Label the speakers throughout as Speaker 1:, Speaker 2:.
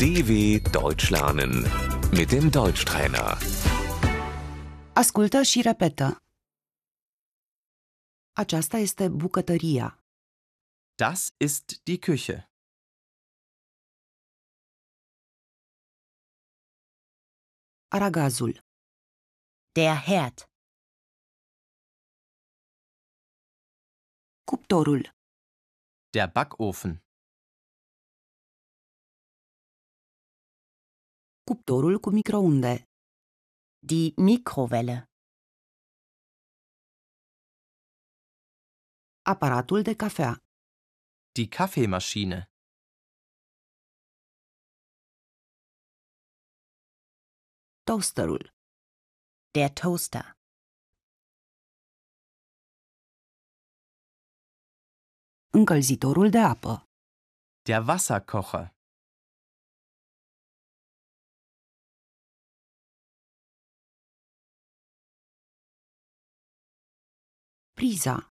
Speaker 1: DW Deutsch lernen mit dem Deutschtrainer.
Speaker 2: Ascultă și repetă. Aceasta este bucătăria.
Speaker 3: Das ist die Küche.
Speaker 2: Aragazul.
Speaker 4: Der Herd,
Speaker 2: Cuptorul.
Speaker 3: Der Backofen.
Speaker 2: Cuptorul cu microunde.
Speaker 4: die Mikrowelle,
Speaker 2: Aparatul de cafea.
Speaker 3: Die Kaffeemaschine.
Speaker 2: Toasterul.
Speaker 4: der Toaster,
Speaker 2: Încălzitorul de apă.
Speaker 3: Der Wasserkocher.
Speaker 2: Priza.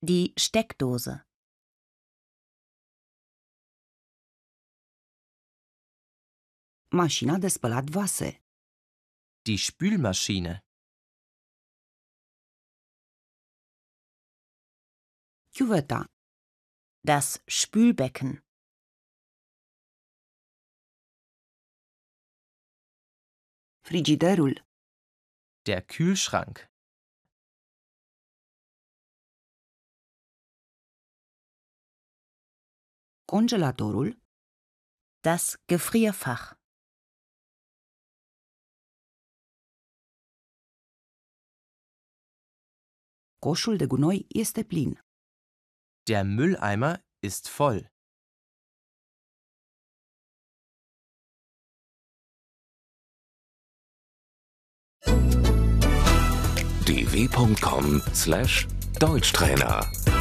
Speaker 4: die Steckdose,
Speaker 2: Mașina de spălat vase.
Speaker 3: Die Spülmaschine.
Speaker 2: Chiuveta.
Speaker 4: das Spülbecken,
Speaker 2: Frigiderul.
Speaker 3: Der Kühlschrank.
Speaker 2: Congelatorul.
Speaker 4: das Gefrierfach,
Speaker 2: Coșul de gunoi este plin.
Speaker 3: Der Mülleimer ist voll.
Speaker 1: dw.com/deutschtrainer